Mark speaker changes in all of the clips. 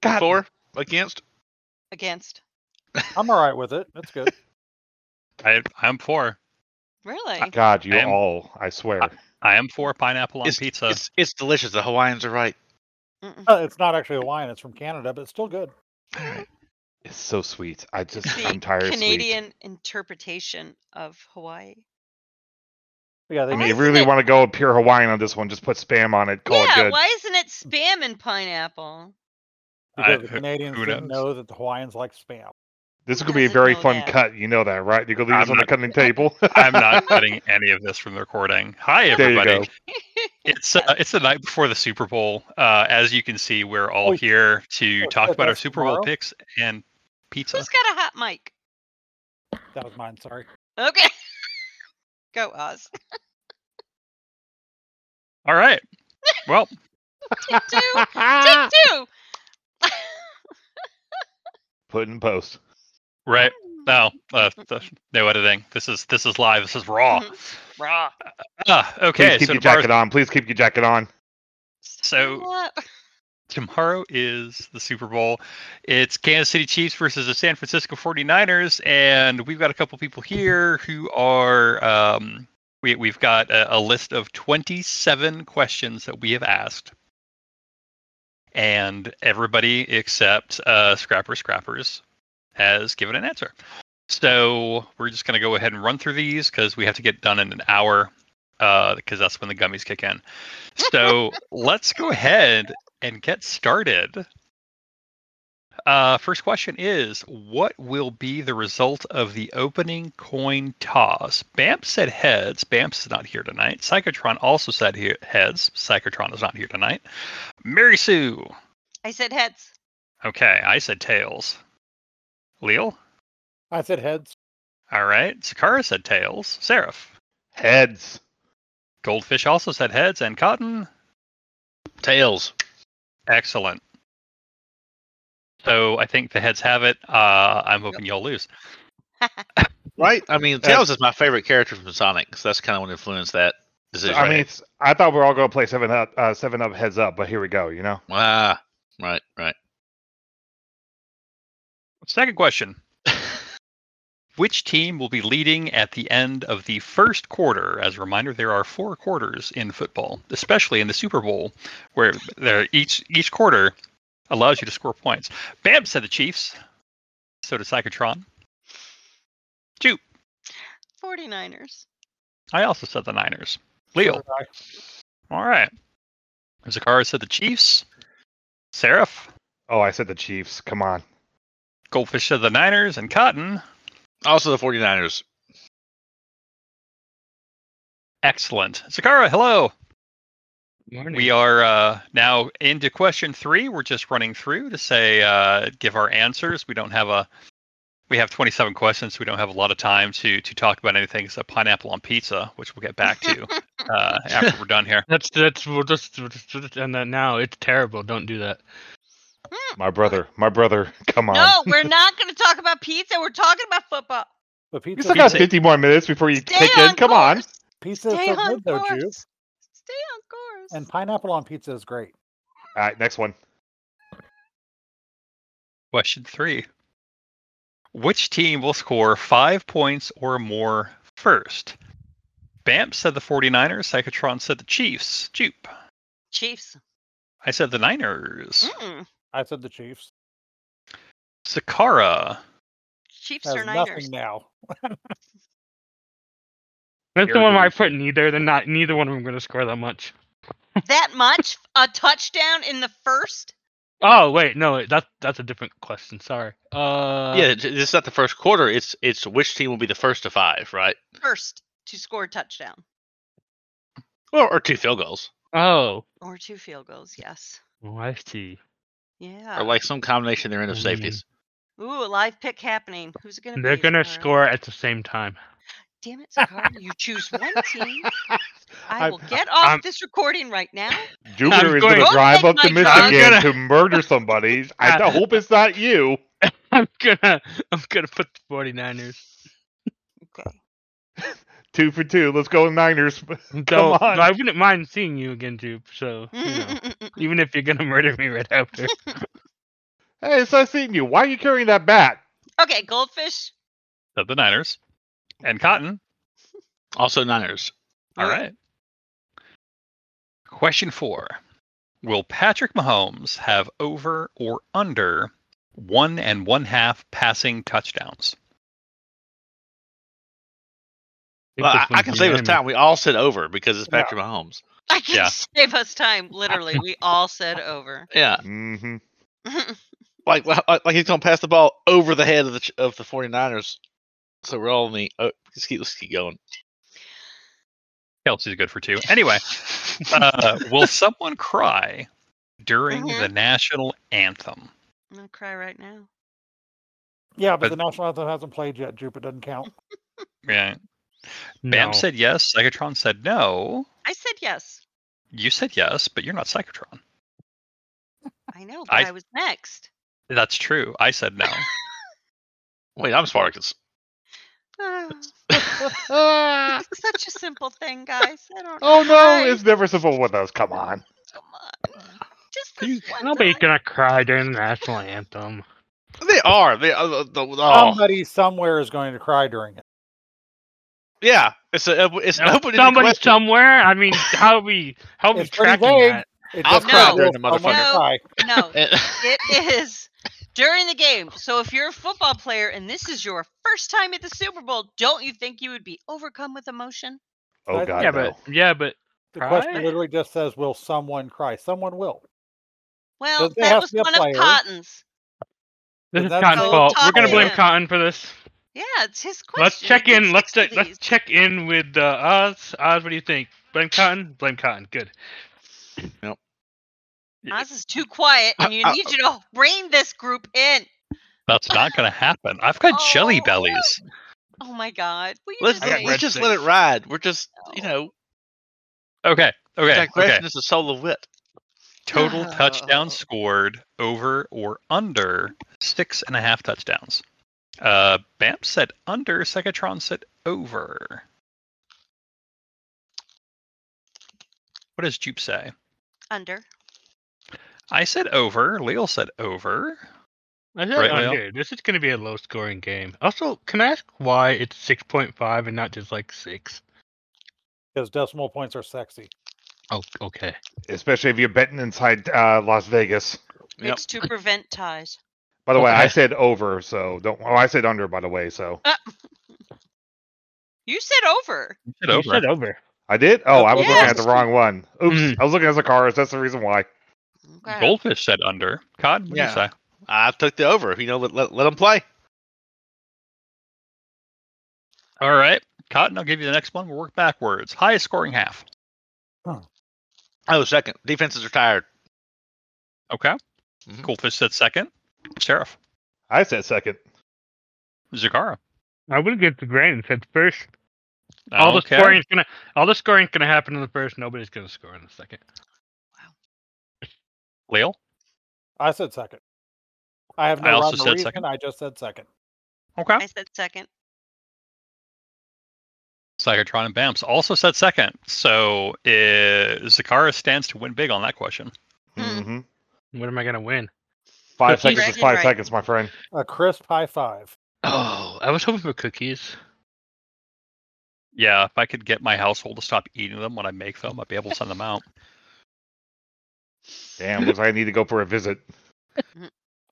Speaker 1: God.
Speaker 2: For? Against?
Speaker 3: Against.
Speaker 4: I'm all right with it. That's good.
Speaker 5: I, I'm for.
Speaker 3: Really?
Speaker 1: God, you
Speaker 5: I am-
Speaker 1: all, Oh, I swear.
Speaker 5: I am for pineapple on pizza.
Speaker 2: It's, it's delicious. The Hawaiians are right.
Speaker 3: Mm-mm.
Speaker 4: Uh, it's not actually Hawaiian. It's from Canada, but it's still good.
Speaker 1: It's so sweet. I just,
Speaker 3: It's the
Speaker 1: I'm tired of
Speaker 3: Canadian interpretation of Hawaii.
Speaker 4: Yeah, they
Speaker 1: sweet. I
Speaker 3: Why
Speaker 1: mean, you
Speaker 3: isn't
Speaker 1: really
Speaker 3: it-
Speaker 1: want to go pure Hawaiian on this one, just put spam on it, call it
Speaker 3: yeah,
Speaker 1: good. Mm.
Speaker 3: why isn't it spam and pineapple?
Speaker 4: because
Speaker 5: I-
Speaker 4: the
Speaker 5: who-
Speaker 4: Canadians
Speaker 5: who
Speaker 4: didn't
Speaker 5: knows?
Speaker 4: know that the Hawaiians like spam.
Speaker 1: This is going to be a
Speaker 3: doesn't
Speaker 1: very
Speaker 3: know
Speaker 1: fun
Speaker 3: that?
Speaker 1: cut. You know that, right? You go leave
Speaker 5: I'm
Speaker 1: this on the
Speaker 5: not-
Speaker 1: cutting table.
Speaker 5: I'm not cutting any of this from the recording. Hi,
Speaker 1: there you
Speaker 5: everybody.
Speaker 1: go.
Speaker 5: It's uh, it's the night before the Super Bowl. Uh, as you can see, we're all
Speaker 4: Oh,
Speaker 5: here to
Speaker 4: oh,
Speaker 5: talk
Speaker 4: yeah,
Speaker 5: about our
Speaker 4: that's
Speaker 5: Super Bowl
Speaker 4: tomorrow?
Speaker 5: picks and pizza.
Speaker 3: Who's got a hot mic?
Speaker 4: That was mine. Sorry.
Speaker 3: Okay. Go Oz.
Speaker 5: All right. Well,
Speaker 3: Take two. Take two.
Speaker 1: Put in post.
Speaker 5: right now, uh, th- no editing. This is this is live. This is raw.
Speaker 3: Raw.
Speaker 5: Ah,
Speaker 1: Please
Speaker 5: okay.
Speaker 1: keep
Speaker 5: So
Speaker 1: your
Speaker 5: tomorrow's
Speaker 1: jacket on. Please keep your jacket on.
Speaker 5: So- tomorrow is the Super Bowl. It's Kansas City Chiefs versus the San Francisco 49ers, and we've got a couple people here who are. Um, we, we've got a, a list of 27 questions that we have asked. And everybody except uh, Scrapper Scrappers has given an answer. So we're just going to go ahead and run through these because we have to get done in an hour because that's when the gummies kick in. So let's go ahead and get started. Uh, first question is What will be the result of the opening coin toss? Bamp said heads. Bamps is not here tonight. Psychotron also said he- heads. Psychotron is not here tonight. Mary Sue.
Speaker 3: I said heads.
Speaker 5: Okay, I said tails. Leal.
Speaker 4: I said heads.
Speaker 5: All right. Sakara said tails. Seraph.
Speaker 1: Heads.
Speaker 5: Goldfish also said heads. And Cotton.
Speaker 2: Tails.
Speaker 5: Excellent. So I think the heads have it. Uh, I'm hoping y'all lose.
Speaker 2: Right? I mean, Tails is my favorite character from Sonic, so that's kind of what influenced that decision.
Speaker 1: I mean, it's, I thought we were all going to play seven up, uh, seven up, heads up, but here we go. You know,
Speaker 2: ah, right, right.
Speaker 5: Second question. Which team will be leading at the end of the first quarter? As a reminder, there are four quarters in football, especially in the Super Bowl, where there each each quarter allows you to score points. Bam said the Chiefs. So did Psychotron.
Speaker 3: 49ers.
Speaker 5: I also said the Niners. Leo. All right. Zakara said the Chiefs. Seraph.
Speaker 1: oh, I said the Chiefs. Come on.
Speaker 5: Goldfish said the Niners. And Cotton.
Speaker 2: Also, the 49ers.
Speaker 5: Excellent. Zakara, hello.
Speaker 6: Morning.
Speaker 5: We are uh, now into question three. We're just running through to say uh, give our answers. We don't have a we have 27 questions. So we don't have a lot of time to to talk about anything except pineapple on pizza, which we'll get back to uh, after we're done here.
Speaker 6: That's that's we'll just, we'll just- we'll just end that now. It's terrible. Don't do that.
Speaker 1: My brother. My brother. Come on.
Speaker 3: No, we're not going to talk about pizza. We're talking about football.
Speaker 4: The
Speaker 1: You
Speaker 4: pizza.
Speaker 1: still got
Speaker 5: Pizza-
Speaker 1: 50 more minutes before you
Speaker 3: Stay
Speaker 1: kick in.
Speaker 3: on
Speaker 1: Come on.
Speaker 3: course.
Speaker 4: Pizza is
Speaker 3: Stay
Speaker 4: so
Speaker 3: on
Speaker 4: good though, Jew.
Speaker 3: course. Stay on course.
Speaker 4: And pineapple on pizza is great.
Speaker 1: All right, next one.
Speaker 5: Question three: Which team will score five points or more first? Bamp said the 49ers. Psychotron said the Chiefs. Jupe.
Speaker 3: Chiefs. Mm.
Speaker 5: I said the Niners.
Speaker 3: Mm-mm.
Speaker 4: I said the Chiefs.
Speaker 5: Sakara.
Speaker 3: Chiefs
Speaker 4: Has
Speaker 3: or
Speaker 4: nothing
Speaker 3: Niners.
Speaker 4: now.
Speaker 6: That's the
Speaker 5: Here
Speaker 6: one
Speaker 5: we
Speaker 6: where I
Speaker 5: go.
Speaker 6: put neither. They're not. Neither one of them going to score that much.
Speaker 3: that much? A touchdown in the first?
Speaker 6: Oh wait, no, wait, that's that's a different question. Sorry. Uh,
Speaker 2: yeah, it's it's not the first quarter. It's it's which team will be the first to five, right?
Speaker 3: First to score a touchdown.
Speaker 2: Or, or two field goals,
Speaker 6: Oh,
Speaker 3: Or two field goals, yes.
Speaker 6: oh, I see.
Speaker 3: Yeah.
Speaker 2: or like some combination therein of
Speaker 6: Mm.
Speaker 2: safeties.
Speaker 3: Ooh, a live pick happening. Who's it gonna
Speaker 6: They're
Speaker 3: be?
Speaker 6: going to
Speaker 3: Sakara?
Speaker 6: score at the same time.
Speaker 3: Damn it, Sakara. you choose one team. I
Speaker 1: I'm-
Speaker 3: will get off
Speaker 6: I'm-
Speaker 3: this recording right now.
Speaker 1: Jupiter is going
Speaker 6: going-
Speaker 1: to drive
Speaker 3: Don't
Speaker 1: up to
Speaker 3: make my
Speaker 1: Michigan
Speaker 6: job.
Speaker 1: to murder somebody. I don't- hope it's not you.
Speaker 6: I'm gonna I'm gonna put the 49ers.
Speaker 3: Okay.
Speaker 1: Two for two. Let's go Niners.
Speaker 6: Though-
Speaker 1: on.
Speaker 6: though I wouldn't mind seeing you again, Dupe. So you know, even if you're gonna murder me right after.
Speaker 1: Hey, it's nice seeing you. Why are you carrying that bat?
Speaker 3: Okay, goldfish.
Speaker 5: So the Niners and Cotton.
Speaker 2: Also, Niners.
Speaker 5: All
Speaker 3: Okay.
Speaker 5: right. Question four Will Patrick Mahomes have over or under one and one half passing touchdowns?
Speaker 2: Well, I, I can save us time. We all said over because it's
Speaker 4: Yeah.
Speaker 2: Patrick Mahomes.
Speaker 3: I can
Speaker 5: Yeah.
Speaker 3: save us time. Literally, we all said over.
Speaker 2: Yeah,
Speaker 1: Mm-hmm.
Speaker 2: like like like he's gonna pass the ball over the head of the ch- of the 49ers. So we're all in the. Oh, let's keep let's keep going.
Speaker 5: Kelsey's good for two. Anyway, uh, will someone cry during
Speaker 3: Mhm.
Speaker 5: the national anthem?
Speaker 3: I'm gonna cry right now.
Speaker 4: Yeah, but,
Speaker 5: But-
Speaker 4: the national anthem hasn't played yet, Jupe. It doesn't count.
Speaker 5: Yeah.
Speaker 6: No.
Speaker 5: Bam said yes. Psychotron said no.
Speaker 3: I said yes.
Speaker 5: You said yes, but you're not Psychotron.
Speaker 3: I know, but
Speaker 5: I-
Speaker 3: I, was next.
Speaker 5: That's true. I said no.
Speaker 2: Wait, I'm Spartacus.
Speaker 3: Oh,
Speaker 1: Ah,
Speaker 3: it's such a simple thing, guys. I don't.
Speaker 1: oh no,
Speaker 3: Hi.
Speaker 1: it's never simple with us. Come on.
Speaker 3: Come on. Just
Speaker 6: You-
Speaker 3: this one
Speaker 6: Nobody's
Speaker 3: time.
Speaker 6: gonna cry during the national anthem.
Speaker 2: They are. They are. The, the- oh,
Speaker 5: Um,
Speaker 4: Somebody somewhere is going to cry during it.
Speaker 2: yeah. It's a. uh, It's an
Speaker 6: No,
Speaker 2: open
Speaker 6: somebody
Speaker 2: question.
Speaker 6: somewhere. I mean, how are we how are we
Speaker 4: It's pretty
Speaker 6: tracking
Speaker 4: vague.
Speaker 6: that?
Speaker 4: It
Speaker 2: I'll
Speaker 4: just
Speaker 3: cry
Speaker 4: says
Speaker 2: during the
Speaker 4: will someone
Speaker 3: motherfucker.
Speaker 4: cry.
Speaker 3: No,
Speaker 2: And-
Speaker 3: it is during the game. So if you're a football player and this is your first time at the Super Bowl, don't you think you would be overcome with emotion?
Speaker 1: Oh
Speaker 4: But-
Speaker 1: god.
Speaker 6: Yeah,
Speaker 1: no.
Speaker 6: but yeah, but
Speaker 4: The
Speaker 6: Cry?
Speaker 4: question literally just says, "Will someone cry?" Someone will.
Speaker 3: Well,
Speaker 4: Doesn't it
Speaker 3: that
Speaker 4: have
Speaker 3: was
Speaker 4: to be a
Speaker 3: one
Speaker 4: player?
Speaker 3: of Cotton's.
Speaker 6: this
Speaker 4: But
Speaker 6: is
Speaker 4: that's
Speaker 6: Cotton's
Speaker 3: no
Speaker 6: fault. We're gonna
Speaker 3: talking.
Speaker 6: blame Cotton for this.
Speaker 3: Yeah, it's his question.
Speaker 6: Let's
Speaker 3: He
Speaker 6: check
Speaker 3: thinks
Speaker 6: in. Let's
Speaker 3: six
Speaker 6: check,
Speaker 3: of
Speaker 6: let's
Speaker 3: these.
Speaker 6: check in with uh, Oz. Oz, what do you think? Blame Cotton. Blame Cotton. Good.
Speaker 3: Oz is too quiet, and you
Speaker 2: I- I-
Speaker 3: need you to bring this group in.
Speaker 5: That's not going to happen. I've got jelly
Speaker 3: Oh.
Speaker 5: bellies.
Speaker 3: Oh my God! Will you
Speaker 2: let's
Speaker 3: just
Speaker 6: I
Speaker 2: let's
Speaker 6: got
Speaker 3: leave?
Speaker 6: red
Speaker 2: just let it
Speaker 6: face.
Speaker 2: ride. We're just you know
Speaker 5: Okay. Okay.
Speaker 2: that question
Speaker 5: Okay.
Speaker 2: is the soul of wit.
Speaker 5: Total touchdowns scored over or under six and a half touchdowns. Uh, Bam said under. Psychotron said over. What does Jupe say?
Speaker 3: under.
Speaker 5: I said over. Leal said over.
Speaker 6: I
Speaker 5: Right,
Speaker 6: said
Speaker 5: Leo?
Speaker 6: under. This is gonna be a low scoring game. Also, can I ask why it's six point five and not just like six?
Speaker 4: Because decimal points are sexy.
Speaker 6: Oh, okay.
Speaker 1: Especially if you're betting inside uh, Las Vegas.
Speaker 2: Yep.
Speaker 3: It's to prevent ties.
Speaker 1: By the way, I
Speaker 6: Okay.
Speaker 1: said over, so don't. Oh, I said under, by the way. So
Speaker 3: You said over.
Speaker 5: You said
Speaker 6: You
Speaker 5: over.
Speaker 6: said over.
Speaker 1: I did. Oh, I was looking at
Speaker 3: Yes.
Speaker 1: the wrong one. Oops,
Speaker 6: Mhm.
Speaker 1: I was looking at Zakara's. That's the reason why.
Speaker 3: Okay.
Speaker 5: Goldfish said under. Cod, what do you
Speaker 2: Yeah.
Speaker 5: say?
Speaker 2: I took the over. You know, let let, let 'em play.
Speaker 5: All right. Cotton, I'll give you the next one. We'll work backwards. Highest scoring half.
Speaker 2: Oh, second. Defenses are tired.
Speaker 5: Okay.
Speaker 2: Mhm.
Speaker 5: Goldfish said second. Sheriff.
Speaker 1: I said second.
Speaker 5: Zakara.
Speaker 6: I would get the grain and said first. All the
Speaker 5: Okay.
Speaker 6: scoring's gonna all the scoring's gonna happen in the first. Nobody's gonna score in the second.
Speaker 5: Leal.
Speaker 4: I said second. I have no
Speaker 5: I also
Speaker 4: rhyme or
Speaker 5: said
Speaker 4: reason.
Speaker 5: second.
Speaker 4: I just said second.
Speaker 5: Okay.
Speaker 3: I said second.
Speaker 5: Psychotron and Bamps also said second. So uh, Zakara stands to win big on that question.
Speaker 3: Hmm.
Speaker 1: hmm
Speaker 6: What am I gonna win?
Speaker 1: Five
Speaker 3: He's
Speaker 1: seconds is
Speaker 3: right,
Speaker 1: five
Speaker 3: he's right.
Speaker 1: seconds, my friend.
Speaker 4: A crisp high five.
Speaker 6: Oh, I was hoping for cookies.
Speaker 5: Yeah, if I could get my household to stop eating them when I make them, I'd be able to send them out.
Speaker 1: Damn, looks like I need to go for a visit.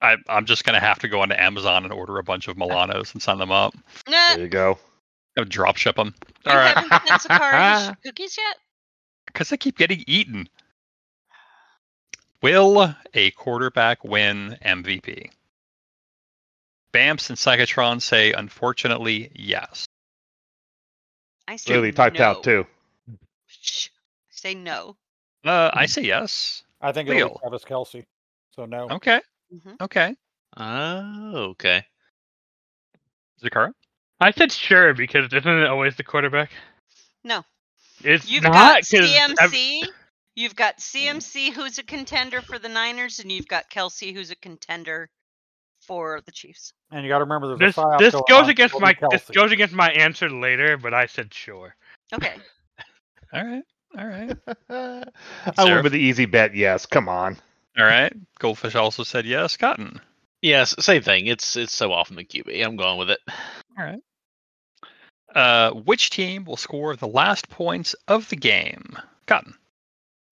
Speaker 5: I, I'm just gonna have to go onto Amazon and order a bunch of Milanos and send them up.
Speaker 3: Nah,
Speaker 1: There you go.
Speaker 5: I'll drop ship them.
Speaker 3: you
Speaker 5: All right,
Speaker 3: haven't sent Sakara his cookies yet.
Speaker 5: because they keep getting eaten. Will a quarterback win MVP? Bamps and Psychotron say, unfortunately, yes.
Speaker 3: I said
Speaker 1: Lily typed
Speaker 3: no.
Speaker 1: out too.
Speaker 3: Shh. Say no.
Speaker 5: Uh, I say yes.
Speaker 4: I think it'll
Speaker 5: Deal.
Speaker 4: be Travis Kelsey. So no.
Speaker 5: Okay.
Speaker 3: Mhm.
Speaker 5: Okay.
Speaker 2: Oh, okay.
Speaker 5: Zakara.
Speaker 6: I said sure because isn't it always the quarterback?
Speaker 3: No.
Speaker 6: It's
Speaker 3: You've
Speaker 6: not
Speaker 3: got
Speaker 6: 'cause I've-
Speaker 3: CMC. You've got CMC, who's a contender for the Niners, and you've got Kelsey, who's a contender for the Chiefs.
Speaker 4: And you got to remember there's
Speaker 6: This
Speaker 4: a psyop
Speaker 6: this
Speaker 4: going
Speaker 6: goes
Speaker 4: on.
Speaker 6: against
Speaker 4: It'll be
Speaker 6: my this
Speaker 4: Kelsey.
Speaker 6: goes against my answer later, but I said sure.
Speaker 3: Okay.
Speaker 5: All right. All right.
Speaker 1: I
Speaker 5: Sarah?
Speaker 1: went with the easy bet. Yes, come on.
Speaker 5: All right. Goldfish also said yes. Cotton.
Speaker 2: Yes, same thing. It's it's so off in the QB. I'm going with it.
Speaker 5: Uh, which team will score the last points of the game? Cotton.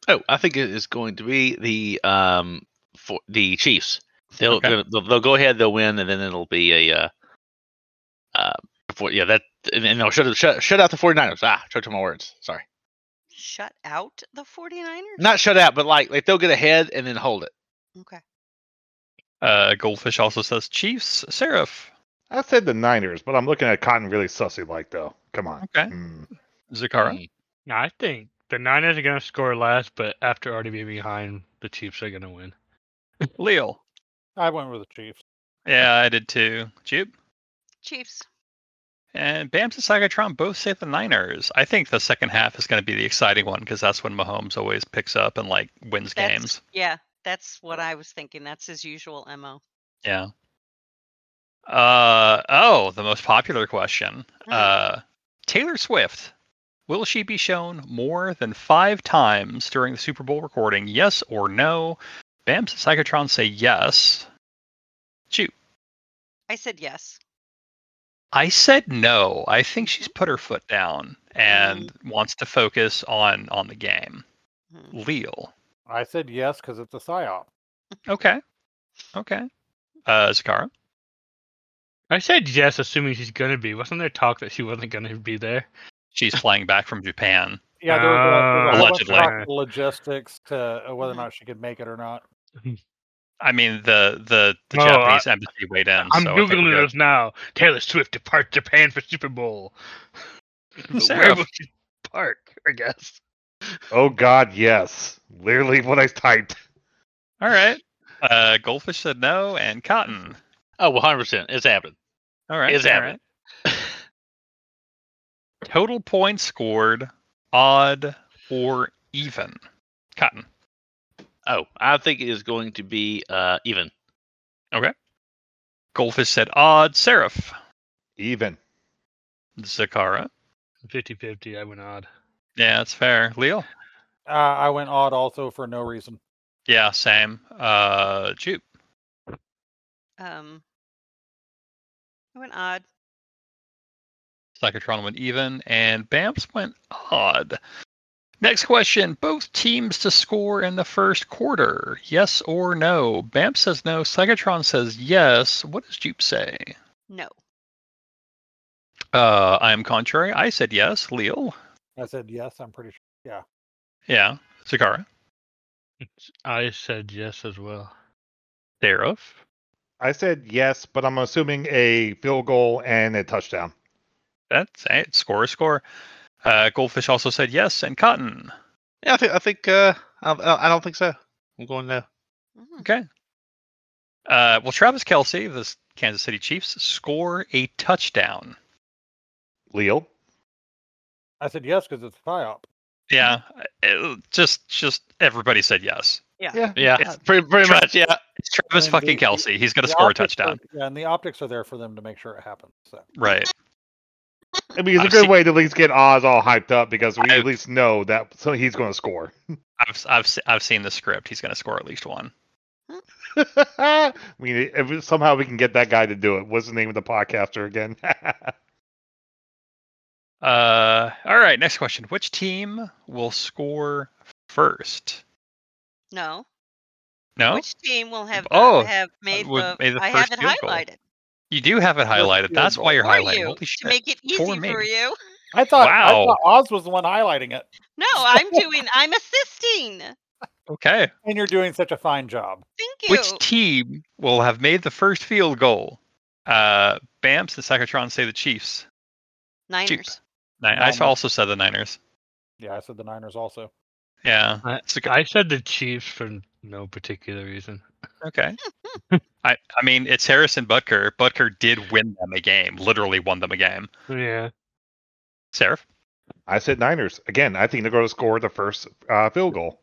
Speaker 2: Oh, I think it is going to be the um for the Chiefs. They'll
Speaker 5: Okay.
Speaker 2: they'll- they'll, they'll go ahead. They'll win, and then it'll be a uh uh before yeah that and, and they'll shut, shut shut out the 49ers. Ah, choked on my words. Sorry,
Speaker 3: Shut out the 49ers?
Speaker 2: not shut out, but like like they'll get ahead and then hold it.
Speaker 5: Mm.
Speaker 3: Okay.
Speaker 5: Uh, Goldfish also says Chiefs. Seraph.
Speaker 1: I said the Niners, but I'm looking at Cotton really sussy like though. Come on.
Speaker 5: Okay.
Speaker 1: Mm.
Speaker 5: Zakara.
Speaker 2: Mm.
Speaker 6: No, I think the Niners are gonna score last, but after already being behind, the Chiefs are gonna win.
Speaker 5: Leal.
Speaker 4: I went with the Chiefs.
Speaker 5: Yeah, I did too. Jube
Speaker 3: Chiefs.
Speaker 5: and Bams and Psychotron both say the Niners. I think the second half is going to be the exciting one because that's when Mahomes always picks up and like wins
Speaker 3: That's-
Speaker 5: games.
Speaker 3: Yeah, that's what I was thinking. That's his usual MO.
Speaker 5: Yeah. Uh oh, the most popular question.
Speaker 3: Mm.
Speaker 5: Uh Taylor Swift, will she be shown more than 5 times during the Super Bowl recording? Yes or no? Bams and Psychotron say yes. Shoot.
Speaker 3: I said yes.
Speaker 5: I said no. I think she's put her foot down and wants to focus on on the game.
Speaker 3: Mhm.
Speaker 5: Leal.
Speaker 4: I said yes because it's a psyop.
Speaker 5: Okay. Okay. Uh Zakara.
Speaker 6: I said yes, assuming she's gonna be. Wasn't there talk that she wasn't gonna be there?
Speaker 5: She's flying back from Japan.
Speaker 4: Yeah, there was, a- there was a whole bunch of
Speaker 5: Ah, Allegedly.
Speaker 4: talk logistics to uh, whether or
Speaker 3: Mhm.
Speaker 4: not she could make it or not.
Speaker 5: I mean the the, the
Speaker 6: Oh, I-
Speaker 5: Japanese embassy weighed in.
Speaker 6: I'm
Speaker 5: so I think we're
Speaker 6: googling
Speaker 5: good.
Speaker 6: those now. Taylor Swift departs Japan for Super Bowl. But Where
Speaker 5: Sarah.
Speaker 6: will she park? I guess.
Speaker 1: Oh God, yes. Literally what I typed.
Speaker 5: All right. Uh, Goldfish said no, and Cotton.
Speaker 2: Oh, 100 percent. It's happening.
Speaker 5: All right.
Speaker 2: Is
Speaker 5: all
Speaker 2: happening.
Speaker 5: right. Total points scored, odd or even. Cotton.
Speaker 2: Oh, I think it is going to be uh even.
Speaker 5: Goldfish said odd. Seraph.
Speaker 1: Even.
Speaker 5: Zakara.
Speaker 6: 50-50, I went odd.
Speaker 5: Yeah, that's fair. Leo.
Speaker 4: Uh, I went odd also for no reason.
Speaker 5: Yeah, same. Uh, Jupe.
Speaker 3: Um, I went odd.
Speaker 5: Psychotron went even, and Bamps went odd. Next question. Both teams to score in the first quarter. Yes or no? Bamp says no. Psychotron says yes. What does Jupe say?
Speaker 3: No.
Speaker 5: Uh, I am contrary. I said yes. Leal.
Speaker 4: I said yes. I'm pretty sure.
Speaker 5: Yeah. Sakara.
Speaker 6: I said yes as well.
Speaker 5: Thereof.
Speaker 1: I said yes, but I'm assuming a field goal and a touchdown.
Speaker 5: That's it. Score, score. Uh, Goldfish also said yes. And Cotton.
Speaker 2: Yeah, I think I think uh I, I I don't think so. I'm going no.
Speaker 3: Mhm.
Speaker 5: Okay. Uh, well, Travis Kelsey, the s- Kansas City Chiefs, score a touchdown.
Speaker 1: Leal.
Speaker 4: I said yes because it's a psyop.
Speaker 5: Yeah. uh, just, just everybody said yes.
Speaker 2: Yeah,
Speaker 5: It's-
Speaker 2: pretty pretty
Speaker 5: Tra-
Speaker 2: much. Yeah,
Speaker 5: It's Travis
Speaker 4: And
Speaker 5: fucking
Speaker 4: the-
Speaker 5: Kelsey. He's gonna
Speaker 4: The
Speaker 5: score a
Speaker 4: optics are-
Speaker 5: touchdown.
Speaker 4: yeah, and the optics are there for them to make sure it happens. So
Speaker 5: Right.
Speaker 1: I mean, it's a
Speaker 5: I've
Speaker 1: good
Speaker 5: seen-
Speaker 1: way to at least get Oz all hyped up because we
Speaker 5: I've-
Speaker 1: at least know that so he's going to score.
Speaker 5: I've, s- I've, se- I've seen the script. He's gonna score at least one.
Speaker 1: we need- if we- somehow we can get that guy to do it. What's the name of the podcaster again?
Speaker 5: Uh, all right. Next question. Which team will score first?
Speaker 3: No.
Speaker 5: No,
Speaker 3: Which team will have the-
Speaker 5: Oh,
Speaker 3: have made
Speaker 5: would
Speaker 3: the,
Speaker 5: made the
Speaker 3: I
Speaker 5: first
Speaker 3: have it
Speaker 5: field goal.
Speaker 3: highlighted
Speaker 5: you do have it highlighted.
Speaker 4: field
Speaker 5: That's why
Speaker 4: goal.
Speaker 5: you're
Speaker 3: for
Speaker 5: highlighted.
Speaker 3: you
Speaker 5: Holy shit!
Speaker 3: to make it
Speaker 5: For
Speaker 3: easy for
Speaker 5: me.
Speaker 3: you.
Speaker 4: I thought, I
Speaker 5: Wow.
Speaker 4: thought Oz was the one highlighting it,
Speaker 3: No, I'm doing. I'm assisting.
Speaker 5: okay.
Speaker 4: and you're doing such a fine job.
Speaker 3: Thank you.
Speaker 5: Which team will have made the first field goal? Uh, Bamps and Psychotron say the Chiefs.
Speaker 3: Niners.
Speaker 5: Ni- I
Speaker 4: Niners.
Speaker 5: also said the Niners.
Speaker 4: Yeah, I said the Niners also.
Speaker 5: Yeah.
Speaker 6: I,
Speaker 5: It's a good-
Speaker 6: I said the Chiefs for no particular reason.
Speaker 5: Okay. I, I mean, it's Harrison Butker. Butker did win them a game, literally won them a game.
Speaker 6: Yeah.
Speaker 5: Seraph.
Speaker 1: I said Niners. Again, I think they're going to score the first uh, field goal.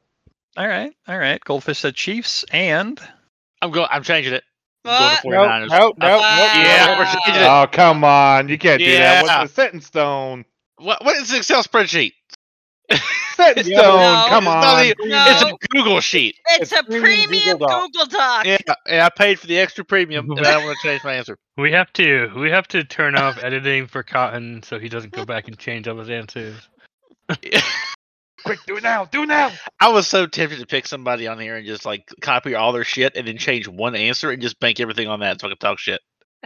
Speaker 5: All right. All right. Goldfish said Chiefs and
Speaker 2: I'm going. I'm changing it. I'm
Speaker 3: What?
Speaker 2: going to 49ers.
Speaker 3: nope, Yeah, we're changing it.
Speaker 1: Oh, come on. You can't do that.
Speaker 2: Yeah.
Speaker 1: What's the set in stone?
Speaker 2: What what is the Excel spreadsheet? That's
Speaker 4: Yeah.
Speaker 2: no,
Speaker 3: No,
Speaker 1: come
Speaker 2: it's
Speaker 1: on.
Speaker 2: not even-
Speaker 3: No.
Speaker 2: It's a Google sheet.
Speaker 3: It's,
Speaker 4: It's
Speaker 3: a premium, Google Doc.
Speaker 2: Yeah, and I paid for the extra premium, and I don't want to change my answer.
Speaker 6: We have to we have to turn off editing for Cotton so he doesn't go back and change all his answers.
Speaker 1: Quick, do it now. Do it now.
Speaker 2: I was so tempted to pick somebody on here and just like copy all their shit and then change one answer and just bank everything on that so I could talk shit.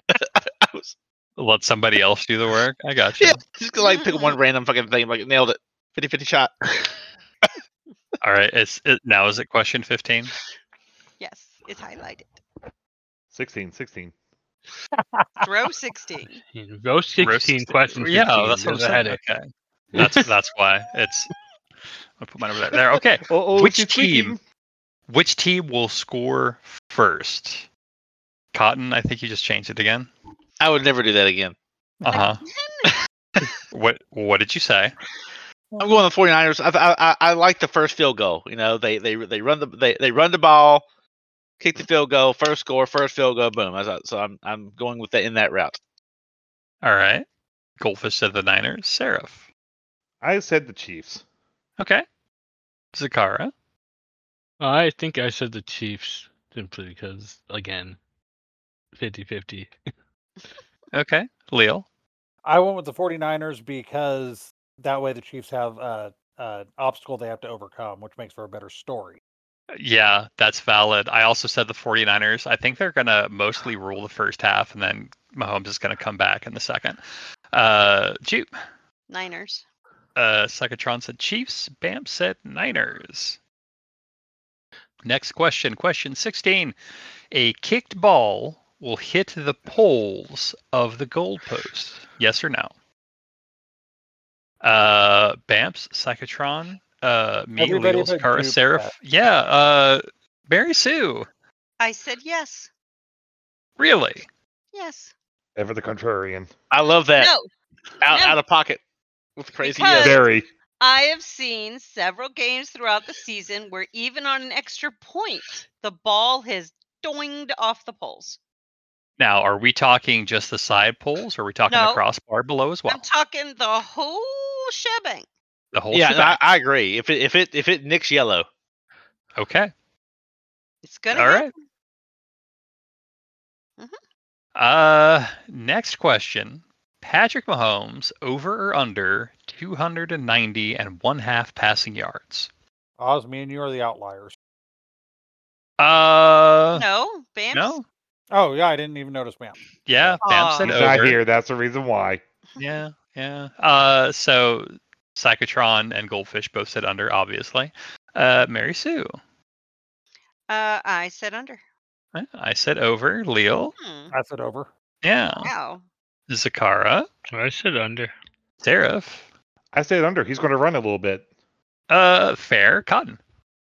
Speaker 2: I was
Speaker 5: Let somebody else do the work. I got you.
Speaker 2: yeah, just gonna, like pick one random fucking thing. Like nailed it, 50-50 shot.
Speaker 5: All right. It's it, now. Is it question fifteen?
Speaker 3: Yes, it's highlighted.
Speaker 1: 16, 16.
Speaker 3: Throw 16.
Speaker 6: Row
Speaker 5: Roast
Speaker 6: sixteen
Speaker 5: is-
Speaker 6: questions.
Speaker 5: Yeah,
Speaker 6: 16.
Speaker 5: that's what I'm
Speaker 6: There's a
Speaker 5: saying.
Speaker 6: headache.
Speaker 5: Okay. That's that's why it's. I'll put mine over there. There. Okay.
Speaker 1: Oh,
Speaker 5: Which team? Which team will score first? Cotton. I think you just changed it again.
Speaker 2: I would never do that again.
Speaker 5: Uh huh. What What did you say?
Speaker 2: I'm going the 49ers. I, I I I like the first field goal. You know, they they they run the they, they run the ball, kick the field goal, first score, first field goal, boom. I thought- So I'm I'm going with that in that route.
Speaker 5: All right. Goldfish said the Niners. Seraph.
Speaker 1: I said the Chiefs.
Speaker 5: Okay. Zakara.
Speaker 6: I think I said the Chiefs simply because again, 50-50.
Speaker 5: Okay. Leal.
Speaker 4: I went with the 49ers because that way the Chiefs have a, a obstacle they have to overcome, which makes for a better story.
Speaker 5: Yeah, that's valid. I also said the 49ers. I think they're going to mostly rule the first half, and then Mahomes is going to come back in the second. Uh, Jupe.
Speaker 3: Niners.
Speaker 5: Uh, Psychotron said Chiefs. Bam said Niners. Next question, question 16. A kicked ball will hit the poles of the goalpost. Yes or no? Uh, Bamps, Psychotron, uh, me,
Speaker 4: Everybody
Speaker 5: Leals,
Speaker 4: but
Speaker 5: Kara,
Speaker 4: Duke
Speaker 5: Seraph.
Speaker 4: got-
Speaker 5: Yeah, uh, Mary Sue.
Speaker 3: I said yes.
Speaker 5: Really?
Speaker 3: Yes.
Speaker 1: Ever the contrarian.
Speaker 2: I love that
Speaker 3: No,
Speaker 2: out,
Speaker 3: no.
Speaker 2: out of pocket with crazy. yes.
Speaker 3: Because-
Speaker 1: Very.
Speaker 3: I have seen several games throughout the season where even on an extra point, the ball has doinged off the poles.
Speaker 5: Now, are we talking just the side poles? Or are we talking
Speaker 3: No.
Speaker 5: the crossbar below as well?
Speaker 3: I'm talking the whole shebang.
Speaker 5: the whole
Speaker 2: Yeah, no,
Speaker 5: shebang.
Speaker 2: I, I agree. If it if it if it nicks yellow,
Speaker 5: Okay.
Speaker 3: It's gonna
Speaker 5: All right.
Speaker 3: happen. Mm-hmm.
Speaker 5: Uh, next question. Patrick Mahomes over or under 290 and one half passing yards.
Speaker 4: Oz, me and you are the outliers.
Speaker 5: Uh,
Speaker 3: No, Bam.
Speaker 5: no?
Speaker 4: Oh yeah, I didn't even notice, man.
Speaker 5: yeah, Bam
Speaker 3: Aw.
Speaker 5: said
Speaker 1: He's
Speaker 5: over.
Speaker 1: not here. That's the reason why.
Speaker 5: Yeah, yeah. Uh, so Psychotron and Goldfish both said under, obviously. Uh, Mary Sue,
Speaker 3: Uh, I said under.
Speaker 5: Uh, I said over. Leal,
Speaker 3: Hmm.
Speaker 4: I said over.
Speaker 5: yeah.
Speaker 3: Wow.
Speaker 5: Zakara,
Speaker 6: I said under.
Speaker 5: Seraph,
Speaker 1: I said under. He's going to run a little bit.
Speaker 5: uh, Fair, Cotton.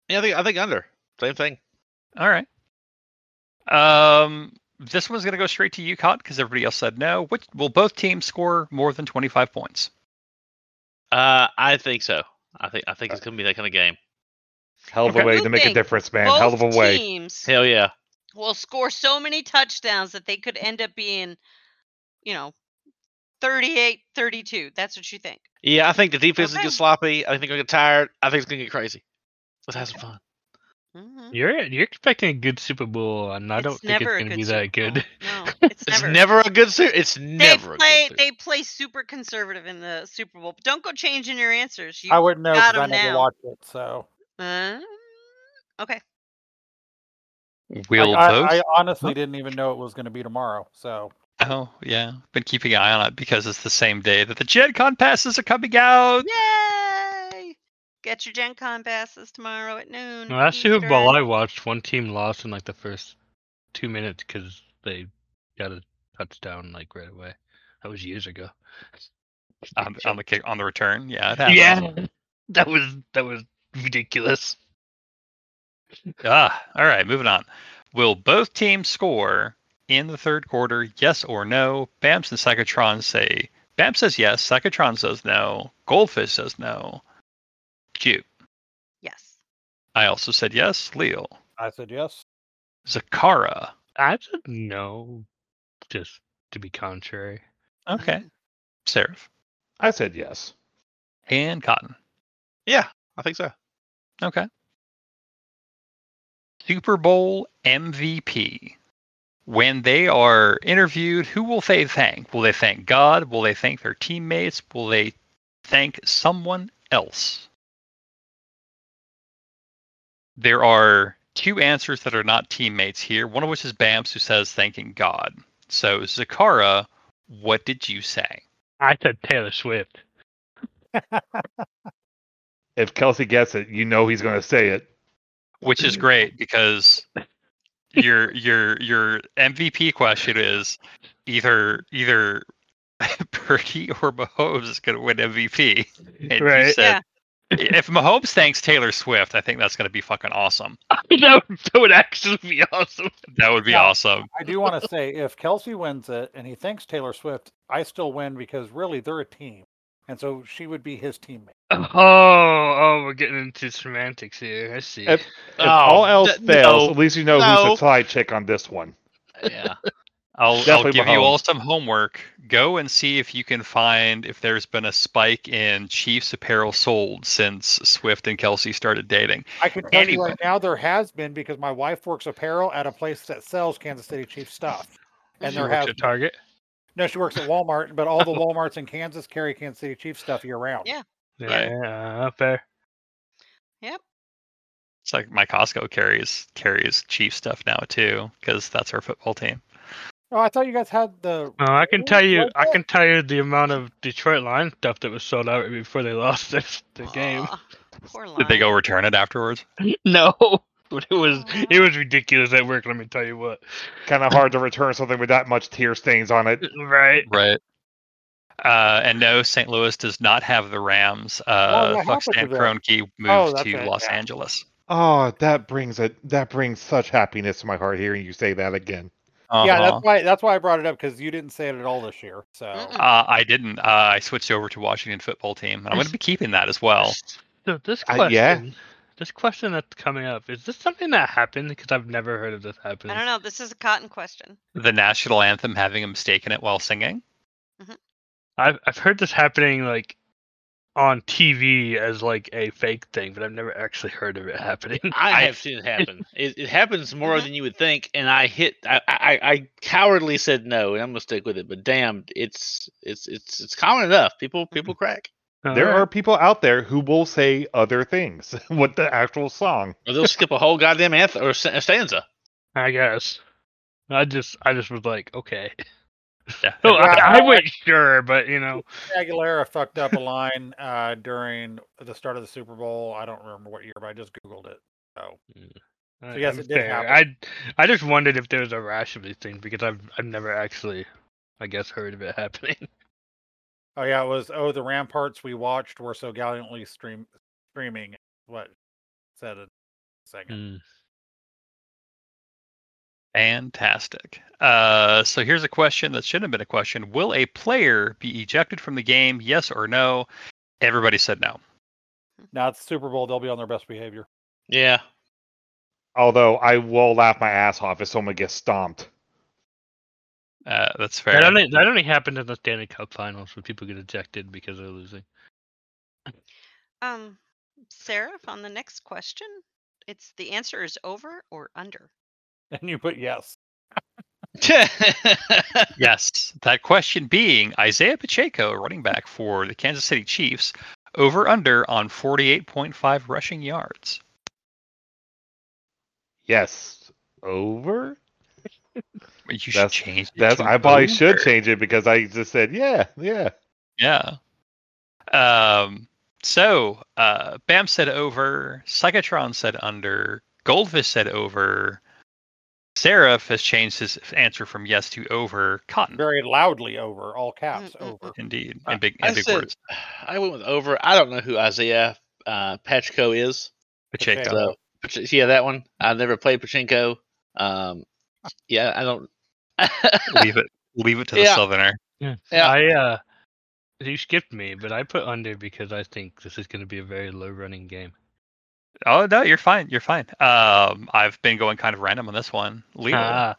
Speaker 2: yeah, I think I think under same thing.
Speaker 5: All right. Um, this one's gonna go straight to you, Cotton, because everybody else said no. Which will both teams score more than twenty-five points?
Speaker 2: Uh, I think so. I think I think it's gonna be that kind of game.
Speaker 1: Hell of
Speaker 5: Okay.
Speaker 1: a way
Speaker 3: You
Speaker 1: to make a
Speaker 3: think
Speaker 1: difference, man. Hell of a
Speaker 3: Both
Speaker 1: way.
Speaker 3: teams
Speaker 2: Hell yeah.
Speaker 3: will score so many touchdowns that they could end up being, you know, 38 32. That's what you think.
Speaker 2: Yeah, I think the defense is
Speaker 3: Okay.
Speaker 2: gonna get sloppy. I think they're gonna get tired. I think it's gonna get crazy. Let's have some fun.
Speaker 3: hmm
Speaker 6: You're you're expecting a good Super Bowl, and I don't think it's going to be that good.
Speaker 3: No, it's
Speaker 2: It's
Speaker 3: never.
Speaker 2: never a good suit. It's
Speaker 3: they
Speaker 2: never a
Speaker 3: play.
Speaker 2: good suit.
Speaker 3: They play super conservative in the Super Bowl. But don't go changing your answers. You,
Speaker 4: I wouldn't know
Speaker 3: got
Speaker 4: because I
Speaker 3: 'em
Speaker 4: never
Speaker 3: now.
Speaker 4: watched it. So
Speaker 3: Uh,
Speaker 4: like,
Speaker 5: Will both?
Speaker 4: I, I honestly didn't even know it was going to be tomorrow. So
Speaker 5: Oh yeah, been keeping an eye on it because it's the same day that the Gen Con passes are coming out.
Speaker 3: yay! Get your Gen Con passes tomorrow at noon.
Speaker 6: Last Super Bowl
Speaker 3: Eastern.
Speaker 6: I watched, one team lost in like the first two minutes because they got a touchdown like right away. That was years ago.
Speaker 5: On, on the kick, on the return, yeah, it happens.
Speaker 6: yeah, that was that was ridiculous.
Speaker 5: Ah, all right, moving on. Will both teams score in the third quarter? Yes or no? Bams and Psychotron say. Bam says yes. Psychotron says no. Goldfish says no. Jupe.
Speaker 3: Yes.
Speaker 5: I also said yes. Leo.
Speaker 4: I said yes.
Speaker 5: Zakara.
Speaker 6: I said no, just to be contrary.
Speaker 5: Okay. Seraph.
Speaker 1: I said yes.
Speaker 5: And Cotton.
Speaker 2: Yeah, I think so.
Speaker 5: Okay. Super Bowl MVP. When they are interviewed, who will they thank? Will they thank God? Will they thank their teammates? Will they thank someone else? There are two answers that are not teammates here, one of which is Bamps, who says thanking God. So, Zakara, what did you say?
Speaker 6: I said Taylor Swift.
Speaker 1: If Kelsey gets it, you know he's going to say it.
Speaker 5: which is great because your your your MVP question is either either Purdy or Mahomes is going to win MVP. And you
Speaker 6: Right.
Speaker 5: said, If Mahomes thanks Taylor Swift, I think that's going to be fucking awesome.
Speaker 6: that, would, that would actually be awesome.
Speaker 5: That would be
Speaker 4: Yeah.
Speaker 5: awesome.
Speaker 4: I do want to say if Kelsey wins it and he thanks Taylor Swift, I still win because really they're a team. And so she would be his teammate.
Speaker 6: Oh, oh, we're getting into semantics here. I see.
Speaker 1: If- If all else
Speaker 2: d-
Speaker 1: fails,
Speaker 2: no.
Speaker 1: at least you know
Speaker 2: No.
Speaker 1: who's the side chick on this one.
Speaker 5: Yeah. I'll, I'll
Speaker 1: Definitely
Speaker 5: give you all
Speaker 1: Mahomes.
Speaker 5: some homework. Go and see if you can find if there's been a spike in Chiefs apparel sold since Swift and Kelsey started dating.
Speaker 4: I can tell you
Speaker 5: Anyway.
Speaker 4: right now there has been because my wife works apparel at a place that sells Kansas City Chiefs stuff. And
Speaker 6: She
Speaker 4: there
Speaker 6: works
Speaker 4: have
Speaker 6: at Target.
Speaker 4: no, she works at Walmart, but all the Walmarts in Kansas carry Kansas City Chiefs stuff year round.
Speaker 3: Yeah.
Speaker 5: Right.
Speaker 6: Yeah, uh, fair.
Speaker 5: It's like my Costco carries carries Chief stuff now too, because that's our football team.
Speaker 4: Oh, I thought you guys had the
Speaker 6: Uh, I can tell you, I
Speaker 4: Okay.
Speaker 6: can tell you the amount of Detroit line stuff that was sold out before they lost this, the game.
Speaker 3: Aw, poor
Speaker 5: Did they
Speaker 3: Lions.
Speaker 5: go return it afterwards?
Speaker 6: No, but it was
Speaker 3: Aw.
Speaker 6: it was ridiculous at work. Let me tell you what.
Speaker 1: Kind of hard to return something with that much tear stains on it.
Speaker 6: Right?
Speaker 5: Right. Uh, and no, St. Louis does not have the Rams. Uh,
Speaker 4: Oh, what
Speaker 5: fuck Stan
Speaker 4: happened to them?
Speaker 5: Kroenke
Speaker 4: Oh,
Speaker 5: moved
Speaker 4: that's
Speaker 5: to
Speaker 4: right,
Speaker 5: Los
Speaker 4: yeah.
Speaker 5: Angeles.
Speaker 1: Oh, that brings it. That brings such happiness to my heart hearing you say that again.
Speaker 4: Yeah,
Speaker 5: Uh-huh.
Speaker 4: that's why that's why I brought it up because you didn't say it at all this year. So
Speaker 3: Mm-mm.
Speaker 5: uh, I didn't. Uh, I switched over to Washington football team. and I'm going to be keeping that as well.
Speaker 6: So this
Speaker 1: Uh,
Speaker 6: question,
Speaker 1: yeah.
Speaker 6: this question that's coming up, is this something that happened? Because I've never heard of this happening.
Speaker 3: I don't know. This is a cotton question.
Speaker 5: The national anthem, having a mistake in it while singing.
Speaker 6: I've I've heard this happening like on TV as like a fake thing, but I've never actually heard of it happening.
Speaker 2: I
Speaker 5: I-
Speaker 2: have seen it happen. It, it happens more
Speaker 3: Mhm.
Speaker 2: than you would think, and I hit. I, I I cowardly said no, and I'm gonna stick with it. But damn, it's it's it's it's common enough. People people crack,
Speaker 1: There
Speaker 6: Alright.
Speaker 1: are people out there who will say other things with the actual song.
Speaker 2: or they'll skip a whole goddamn anthem or st- stanza.
Speaker 6: I guess. I just I just was like, okay.
Speaker 5: Yeah.
Speaker 6: No, Oh, I, I
Speaker 4: Yeah.
Speaker 6: wasn't sure, but you know,
Speaker 4: Aguilera fucked up a line uh, during the start of the Super Bowl. I don't remember what year, but I just Googled it. So
Speaker 6: I-
Speaker 4: yes,
Speaker 6: I'm
Speaker 4: it did
Speaker 6: fair.
Speaker 4: happen.
Speaker 6: I I just wondered if there was a rash of these things because I've I've never actually, I guess, heard of it happening.
Speaker 4: oh yeah, it was oh the ramparts we watched were so gallantly stream streaming what said a second.
Speaker 5: Hmm, Fantastic. Uh, so here's a question that shouldn't have been a question. Will a player be ejected from the game? Yes or no? Everybody said no.
Speaker 4: Now it's the Super Bowl, they'll be on their best behavior.
Speaker 2: Yeah,
Speaker 1: Although I will laugh my ass off if someone gets stomped.
Speaker 5: Uh, that's fair.
Speaker 6: That only that only happened in the Stanley Cup Finals when people get ejected because they're losing.
Speaker 3: Um, Sarah, on the next question, it's the answer is over or under.
Speaker 4: And you put yes.
Speaker 5: Yes. That question being Isaiah Pacheco, running back for the Kansas City Chiefs, over under on 48.5 rushing yards.
Speaker 1: Yes. Over?
Speaker 5: You should
Speaker 1: That's-
Speaker 5: change. it
Speaker 1: That's
Speaker 5: to
Speaker 1: I probably should
Speaker 5: over.
Speaker 1: change it because I just said, yeah, yeah.
Speaker 5: Yeah. Um. So, uh, Bam said over. Psychotron said under. Goldfish said over. Seraph has changed his answer from yes to over. Cotton,
Speaker 4: Very loudly over, all caps
Speaker 3: Mm, mm,
Speaker 4: over.
Speaker 5: indeed,
Speaker 2: I-
Speaker 5: in big,
Speaker 2: I
Speaker 5: in big
Speaker 2: said-
Speaker 5: words.
Speaker 2: I went with over. I don't know who Isaiah uh, Pacheco is.
Speaker 5: Pacheco.
Speaker 4: Pacheco.
Speaker 2: So Pache- yeah, that one. I've never played Pachinko. Um, yeah, I don't.
Speaker 5: leave it, leave it to the
Speaker 2: Yeah.
Speaker 5: southerner.
Speaker 2: Yeah.
Speaker 6: I uh, you skipped me, but I put under because I think this is going to be a very low running game.
Speaker 5: Oh no, you're fine. You're fine. Um, I've been going kind of random on this one. Leo.
Speaker 6: Ah,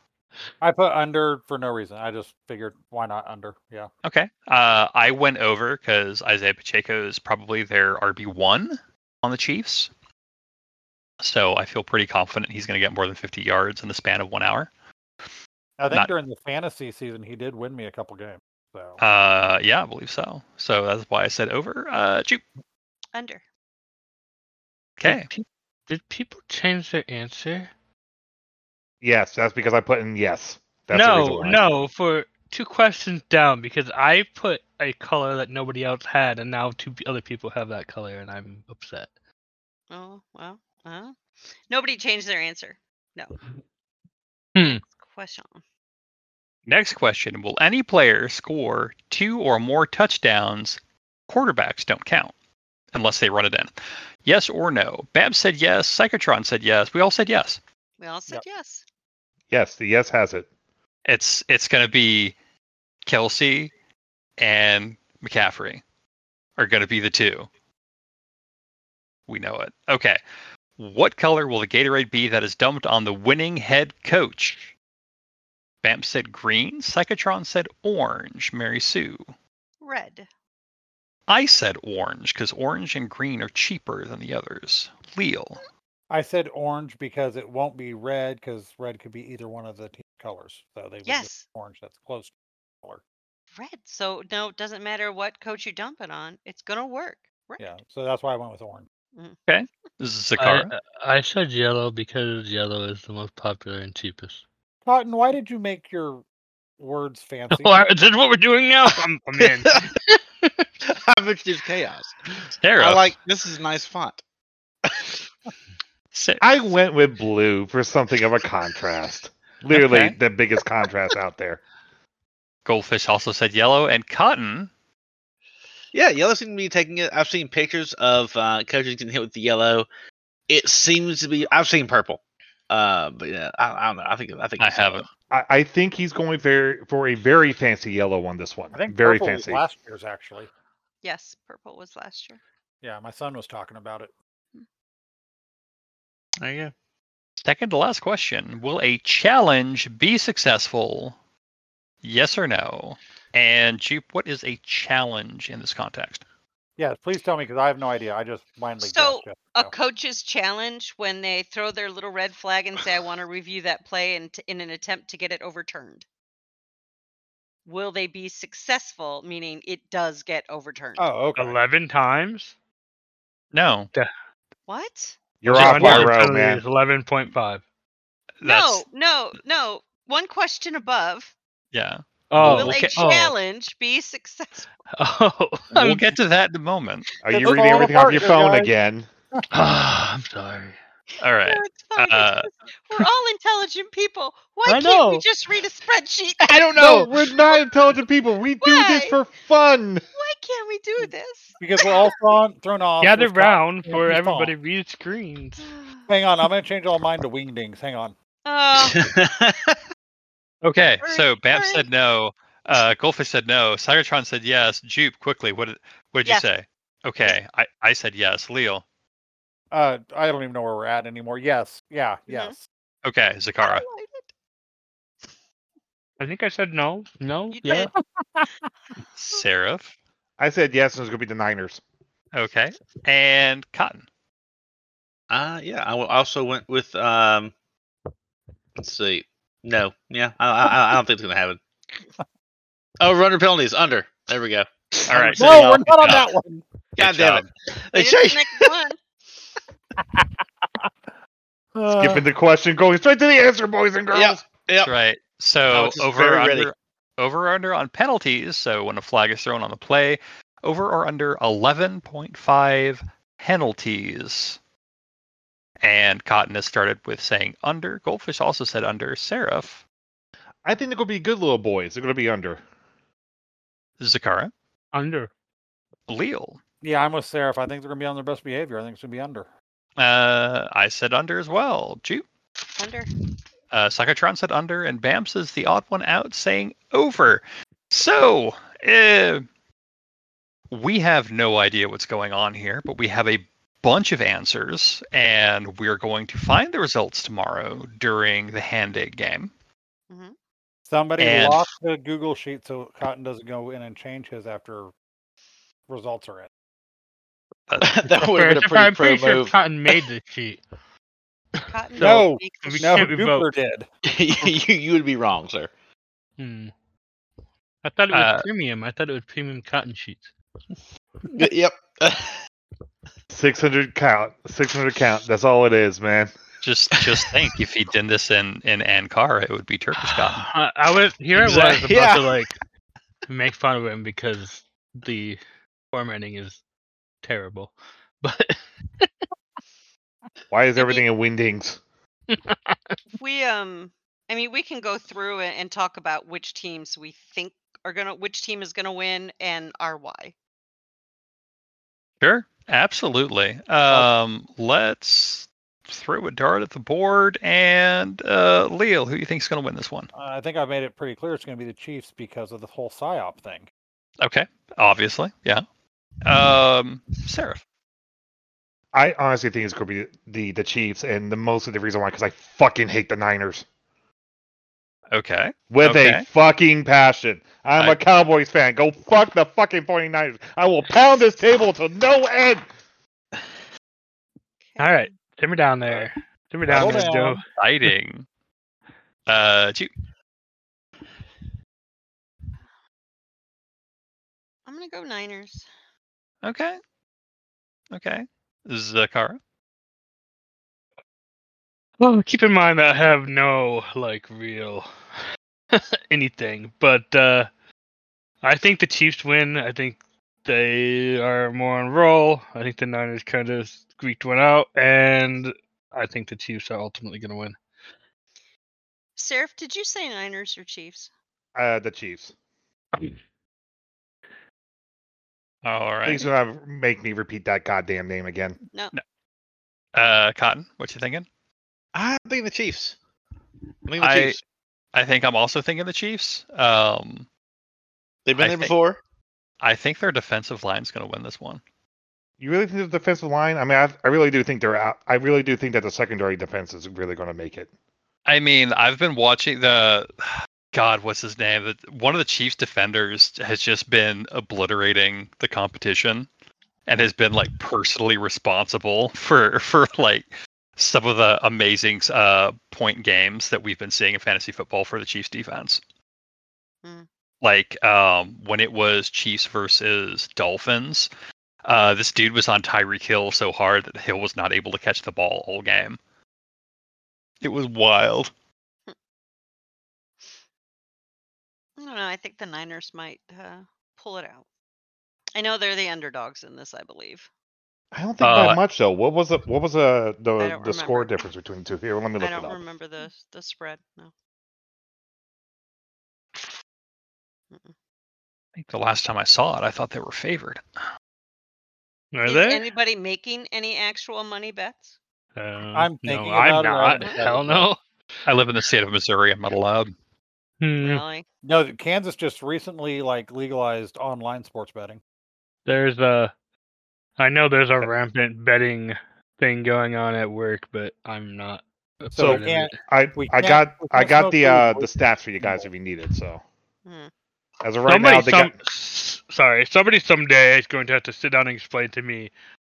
Speaker 4: I put under for no reason. I just figured why not under? Yeah.
Speaker 5: Okay. Uh, I went over because Isaiah Pacheco is probably their RB one. on the Chiefs. So I feel pretty confident he's going to get more than 50 yards in the span of one hour.
Speaker 4: I think
Speaker 5: Not-
Speaker 4: during the fantasy season, he did win me a couple games. So
Speaker 5: Uh, yeah, I believe so. So that's why I said over. Uh, Ju-
Speaker 3: Under.
Speaker 5: okay.
Speaker 6: Did, pe- did people change their answer?
Speaker 1: Yes, that's because I put in yes. That's the reason
Speaker 6: no,
Speaker 1: why.
Speaker 6: no, for two questions down because I put a color that nobody else had, and now two p- other people have that color, and I'm upset.
Speaker 3: Oh well. Well. Nobody changed their answer. No.
Speaker 6: Hmm.
Speaker 3: Question.
Speaker 5: Next question: Will any player score two or more touchdowns? Quarterbacks don't count unless they run it in. Yes or no? Bab said yes. Psychotron said yes. We all said yes.
Speaker 3: We all said yes.
Speaker 1: Yes, the yes has it.
Speaker 5: It's it's going to be Kelsey and McCaffrey are going to be the two. We know it. Okay. What color will the Gatorade be that is dumped on the winning head coach? Bamp said green. Psychotron said orange. Mary Sue.
Speaker 3: Red.
Speaker 5: I said orange because orange and green are cheaper than the others. Leal.
Speaker 4: I said orange because it won't be red because red could be either one of the team colors. So they would get
Speaker 3: Yes.
Speaker 4: orange. That's close. to the Color.
Speaker 3: Red. So no, it doesn't matter what coach you dump it on. It's gonna work. Red.
Speaker 4: Yeah. So that's why I went with orange.
Speaker 5: This is
Speaker 6: I,
Speaker 5: Zakara.
Speaker 6: I said yellow because yellow is the most popular and cheapest.
Speaker 4: Cotton, why did you make your words fancy?
Speaker 6: Well, is this what we're doing now? I'm, I'm in.
Speaker 2: I've introduced chaos.
Speaker 5: Sarah.
Speaker 2: I like this is nice font.
Speaker 5: Sa-
Speaker 1: I went with blue for something of a contrast. Literally
Speaker 5: Okay.
Speaker 1: the biggest contrast out there.
Speaker 5: Goldfish also said yellow. And Cotton
Speaker 2: Yeah, yellow seems to be taking it. I've seen pictures of uh, coaches getting hit with the yellow. It seems to be. I've seen purple, uh, but yeah, I, I don't know. I think I think
Speaker 5: I
Speaker 2: it's yellow.
Speaker 5: haven't.
Speaker 1: I, I think he's going for for a very fancy yellow one this one.
Speaker 4: I think
Speaker 1: very
Speaker 4: purple was
Speaker 1: fancy.
Speaker 4: last year's actually.
Speaker 3: Yes, purple was last year.
Speaker 4: Yeah, my son was talking about it.
Speaker 2: There you go.
Speaker 5: Second to last question Will a challenge be successful? Yes or no? And Jupe, what is a challenge in this context?
Speaker 4: Yes, please tell me because I have no idea. I just blindly
Speaker 3: So,
Speaker 4: guessed.
Speaker 3: a
Speaker 4: so.
Speaker 3: coach's challenge when they throw their little red flag and say, "I want to review that play," and t- in an attempt to get it overturned. Will they be successful? Meaning, it does get overturned.
Speaker 4: Oh, okay.
Speaker 6: Eleven times.
Speaker 5: No,
Speaker 3: What?
Speaker 1: You're off
Speaker 6: John, your
Speaker 1: by a row,
Speaker 6: penalty
Speaker 1: man.
Speaker 6: is Eleven point five.
Speaker 5: that's
Speaker 3: No, no, no. One question above.
Speaker 5: yeah.
Speaker 6: Oh,
Speaker 3: Will
Speaker 5: we'll
Speaker 3: a
Speaker 5: get-
Speaker 6: oh,
Speaker 3: challenge be successful?
Speaker 6: Oh,
Speaker 5: We'll
Speaker 6: I'm-
Speaker 5: get to that in a moment.
Speaker 1: Are
Speaker 4: It's
Speaker 1: you reading
Speaker 4: all
Speaker 1: everything off your
Speaker 4: apart,
Speaker 1: phone
Speaker 4: guys.
Speaker 1: again?
Speaker 6: I'm sorry.
Speaker 5: All
Speaker 3: No,
Speaker 5: right.
Speaker 3: it's fine. it's
Speaker 5: Uh,
Speaker 3: just- we're all intelligent people. Why
Speaker 6: I
Speaker 3: can't we
Speaker 6: know.
Speaker 3: just read a spreadsheet?
Speaker 2: I don't
Speaker 1: No,
Speaker 2: know.
Speaker 1: we're not intelligent people. We do this
Speaker 3: Why?
Speaker 1: for fun.
Speaker 3: Why can't we do this?
Speaker 4: because we're all thrown, thrown off.
Speaker 6: Gather
Speaker 4: with Cotton.
Speaker 6: round for
Speaker 4: Who's
Speaker 6: everybody
Speaker 4: tall?
Speaker 6: read screens.
Speaker 4: Hang on, I'm gonna change all mine to wingdings. Hang on.
Speaker 3: Oh,
Speaker 5: Okay.
Speaker 3: Alright,
Speaker 5: So Bam
Speaker 3: alright.
Speaker 5: said no. Uh, Goldfish said no. Cybertron said yes. Jupe, quickly, what did, what did
Speaker 3: Yes.
Speaker 5: you say? Okay. I, I said yes. Leal.
Speaker 4: Uh, I don't even know where we're at anymore. Yes, yeah, yes.
Speaker 5: Okay. Zakara.
Speaker 3: I
Speaker 6: I think I said no. No.
Speaker 3: You
Speaker 6: yeah.
Speaker 3: did.
Speaker 5: Seraph.
Speaker 1: I said yes, and it's gonna be the Niners.
Speaker 5: Okay. And Cotton.
Speaker 2: Uh, yeah, I w- also went with um. Let's see. No, yeah, I, I, I don't think it's gonna happen. Oh, runner penalties under. There we go.
Speaker 5: All right.
Speaker 4: No, we're
Speaker 5: Good
Speaker 4: not on
Speaker 5: job.
Speaker 4: that one.
Speaker 2: God
Speaker 5: Good
Speaker 2: damn it! They
Speaker 3: did it
Speaker 2: changed.
Speaker 3: the next one.
Speaker 4: Uh.
Speaker 1: Skipping the question, going straight to the answer, boys and girls.
Speaker 2: Yeah. Yep.
Speaker 5: That's right. So
Speaker 2: was just
Speaker 5: over or
Speaker 2: very ready.
Speaker 5: under, over or under on penalties. So when a flag is thrown on the play, over or under 11.5 penalties. And Cotton has started with saying under. Goldfish also said under. Seraph,
Speaker 1: I think they're gonna be good little boys. They're gonna be under.
Speaker 5: Zakara,
Speaker 6: Under.
Speaker 5: Leal.
Speaker 4: Yeah, I'm with Seraph. I think they're gonna be on their best behavior. I think it's gonna be under.
Speaker 5: Uh, I said under as well. Jupe.
Speaker 3: Under.
Speaker 5: Uh, Psychotron said under, and Bams is the odd one out, saying over. So, uh, we have no idea what's going on here, but we have a bunch of answers, and we're going to find the results tomorrow during the hand egg game.
Speaker 4: Somebody
Speaker 5: And-
Speaker 4: lost the Google sheet so Cotton doesn't go in and change his after results are in.
Speaker 5: That's-
Speaker 2: that would have been a pretty
Speaker 6: I'm pretty
Speaker 2: pro
Speaker 6: sure
Speaker 2: move.
Speaker 6: Cotton made this sheet.
Speaker 3: Cotton
Speaker 4: No,
Speaker 3: would make the
Speaker 6: we
Speaker 3: sh-
Speaker 4: No,
Speaker 6: can't
Speaker 4: Dupler
Speaker 6: revoke.
Speaker 4: did.
Speaker 2: you, you would be wrong, sir.
Speaker 6: Hmm. I thought it was
Speaker 5: Uh,
Speaker 6: premium. I thought it was premium cotton sheets.
Speaker 2: Y- Yep.
Speaker 1: Six hundred count. Six hundred count. That's all it is, man.
Speaker 5: just just think if he did this in in Ankara, it would be Turkish cotton.
Speaker 6: I, I was here. I was
Speaker 2: Exact-
Speaker 6: about
Speaker 2: yeah.
Speaker 6: to like make fun of him because the formatting is terrible. But
Speaker 1: Why is
Speaker 3: I mean-
Speaker 1: everything in windings?
Speaker 3: we um I mean we can go through and, and talk about which teams we think are gonna which team is gonna win and our why.
Speaker 5: Sure, absolutely. Um, let's throw a dart at the board and uh, Leal, who do you think's going to win this one?
Speaker 4: Uh, I think I made it pretty clear it's going to be the Chiefs because of the whole psyop thing.
Speaker 5: Okay, obviously, yeah. Um, Seraph.
Speaker 1: I honestly think it's going to be the the Chiefs, and the most of the reason why because I fucking hate the Niners
Speaker 5: Okay.
Speaker 1: with
Speaker 5: Okay.
Speaker 1: a fucking passion. I'm I... am
Speaker 5: I-
Speaker 1: a Cowboys fan. Go fuck the fucking 49ers. I will pound this table to no end.
Speaker 7: All right, simmer down there. Simmer down
Speaker 4: Settle
Speaker 7: there, Joe.
Speaker 4: down.
Speaker 5: Exciting. uh, Chew.
Speaker 3: I'm gonna go Niners.
Speaker 5: Okay. Okay. Zakara.
Speaker 7: Well, Oh, keep in mind that I have no like real anything, but uh I think the Chiefs win. I think they are more on roll. I think the Niners kind of squeaked one out, and I think the Chiefs are ultimately going to win.
Speaker 3: Seraph, did you say Niners or Chiefs?
Speaker 1: Uh, the Chiefs.
Speaker 5: All right.
Speaker 1: Please do not make me repeat that goddamn name again.
Speaker 5: Uh, Cotton, what you thinking?
Speaker 2: I think the Chiefs. I think the
Speaker 5: I-
Speaker 2: Chiefs.
Speaker 5: I think I'm also thinking the Chiefs. Um,
Speaker 2: They've been
Speaker 5: I
Speaker 2: there
Speaker 5: think-
Speaker 2: before.
Speaker 5: I think their defensive line's going to win this one.
Speaker 1: You really think the defensive line? I mean, I, I really do think they're out. I really do think that the secondary defense is really going to make it.
Speaker 5: I mean, I've been watching the God, what's his name? The- One of the Chiefs defenders has just been obliterating the competition and has been like personally responsible for for like some of the amazing uh point games that we've been seeing in fantasy football for the Chiefs defense.
Speaker 3: Hmm.
Speaker 5: Like um when it was Chiefs versus Dolphins, uh this dude was on Tyreek Hill so hard that Hill was not able to catch the ball all game. It was wild.
Speaker 3: I don't know. I think the Niners might uh, pull it out. I know they're the underdogs in this, I believe.
Speaker 1: I don't think
Speaker 5: Uh,
Speaker 1: by much though. What was the what was the the, the
Speaker 3: don't
Speaker 1: score
Speaker 3: remember.
Speaker 1: difference between the two? Here, let me look
Speaker 3: I
Speaker 1: it
Speaker 3: don't
Speaker 1: up.
Speaker 3: remember the the spread. No.
Speaker 5: I think the last time I saw it, I thought they were favored.
Speaker 7: Are
Speaker 3: Is
Speaker 7: they?
Speaker 3: anybody making any actual money bets?
Speaker 6: uh,
Speaker 4: I'm thinking
Speaker 6: no, I'm
Speaker 4: about it, I
Speaker 6: not.
Speaker 4: haven't
Speaker 6: Hell
Speaker 4: decided yet.
Speaker 6: no.
Speaker 5: I live in the state of Missouri. I'm not allowed.
Speaker 7: Hmm,
Speaker 3: Really?
Speaker 4: No, Kansas just recently like legalized online sports betting.
Speaker 7: There's a. I know there's a rampant betting thing going on at work, but I'm not. a
Speaker 4: So
Speaker 7: part
Speaker 4: we
Speaker 7: of
Speaker 4: can't.
Speaker 7: it.
Speaker 1: I
Speaker 4: We
Speaker 1: I
Speaker 4: can't-
Speaker 1: got
Speaker 4: we
Speaker 1: I
Speaker 4: can't
Speaker 1: got
Speaker 4: smoke
Speaker 1: the
Speaker 4: weed,
Speaker 1: uh the
Speaker 4: boys.
Speaker 1: stats for you guys if you need it. So
Speaker 3: Hmm.
Speaker 1: as of right
Speaker 7: somebody,
Speaker 1: now, they
Speaker 7: some,
Speaker 1: got
Speaker 7: s- sorry, somebody someday is going to have to sit down and explain to me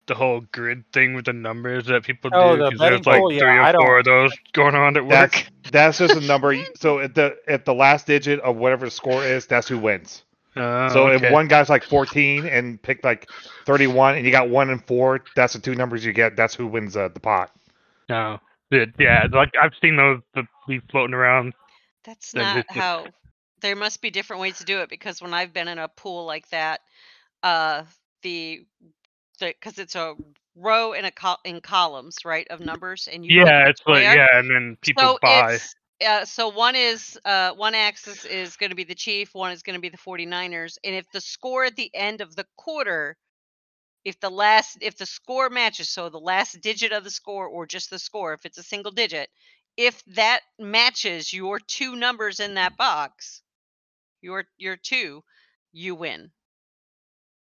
Speaker 7: the whole grid thing with the numbers that people
Speaker 4: Oh,
Speaker 7: do.
Speaker 4: the
Speaker 7: 'cause
Speaker 4: betting
Speaker 7: there's like
Speaker 4: pool, yeah,
Speaker 7: three or
Speaker 4: I don't-
Speaker 7: four of those going on at work.
Speaker 1: that's that's just a number. you- So at the at the last digit of whatever the score is, that's who wins.
Speaker 4: Oh,
Speaker 7: Uh,
Speaker 1: So if
Speaker 7: okay.
Speaker 1: one guy's like 14 and picked like 31, and you got one and four, that's the two numbers you get. That's who wins uh, the pot.
Speaker 7: no, Dude, yeah, like I've seen those the, be floating around.
Speaker 3: That's
Speaker 7: Then
Speaker 3: not
Speaker 7: it's just-
Speaker 3: how. There must be different ways to do it because when I've been in a pool like that, uh, the because it's a row in a col- in columns, right, of numbers, and you
Speaker 7: Yeah, it's like
Speaker 3: square.
Speaker 7: yeah, and then people
Speaker 3: so
Speaker 7: buy.
Speaker 3: It's, uh, so one is uh, one axis is going to be the Chief, one is going to be the 49ers, and if the score at the end of the quarter, if the last if the score matches, so the last digit of the score or just the score, if it's a single digit, if that matches your two numbers in that box, your your two, you win.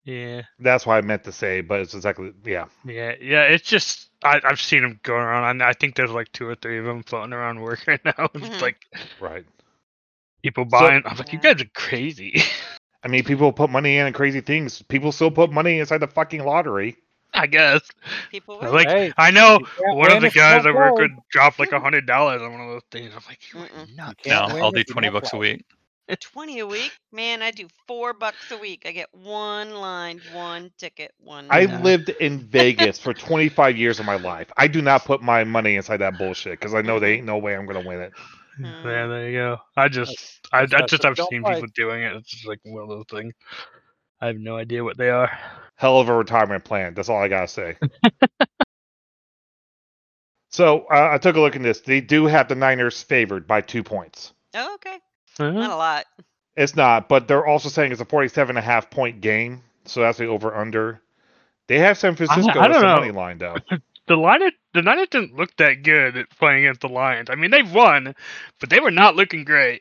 Speaker 7: Yeah.
Speaker 1: That's what I meant to say, but it's exactly yeah.
Speaker 7: Yeah, yeah, it's just I, I've seen them going around. I, I think there's like two or three of them floating around work right now. It's
Speaker 3: Mhm.
Speaker 7: like
Speaker 1: Right.
Speaker 7: people
Speaker 1: So-
Speaker 7: buying. I'm like, you
Speaker 3: Yeah.
Speaker 7: guys are crazy.
Speaker 1: I mean, people put money in and crazy things. People still put money inside the fucking lottery.
Speaker 6: I guess.
Speaker 3: People
Speaker 6: I
Speaker 3: win.
Speaker 6: like
Speaker 4: Hey,
Speaker 6: I know
Speaker 4: you can't
Speaker 6: one of
Speaker 4: win
Speaker 6: the
Speaker 4: if you don't
Speaker 6: guys I work with
Speaker 4: play.
Speaker 6: dropped like a hundred dollars on one of those things. I'm like, you are
Speaker 3: Mm-mm.
Speaker 6: nuts.
Speaker 5: No,
Speaker 4: Can't win
Speaker 5: I'll do
Speaker 4: if you
Speaker 5: twenty
Speaker 4: don't
Speaker 5: bucks a
Speaker 4: play.
Speaker 5: week.
Speaker 3: 20 a week? Man, I do four bucks a week. I get one line, one ticket, one.
Speaker 1: I
Speaker 3: dime.
Speaker 1: lived in Vegas for 25 years of my life. I do not put my money inside that bullshit because I know there ain't no way I'm gonna win it.
Speaker 3: Mm.
Speaker 6: Yeah, there you go. I just, I, I
Speaker 4: That's what I
Speaker 6: just,
Speaker 4: said,
Speaker 6: I've
Speaker 4: don't
Speaker 6: seen
Speaker 4: play.
Speaker 6: people doing it. It's just like one of those things. I have no idea what they are.
Speaker 1: Hell of a retirement plan. That's all I gotta say. so uh, I took a look at this. They do have the Niners favored by two points.
Speaker 3: Oh, okay. Not
Speaker 6: Huh?
Speaker 3: a lot.
Speaker 1: It's not, but they're also saying it's a 47 and a half point game. So that's the over under. They have San Francisco
Speaker 6: I
Speaker 1: as the
Speaker 6: don't know.
Speaker 1: money line though.
Speaker 6: The Lions, the Niners didn't look that good at playing against the Lions. I mean, they've won, but they were not looking great.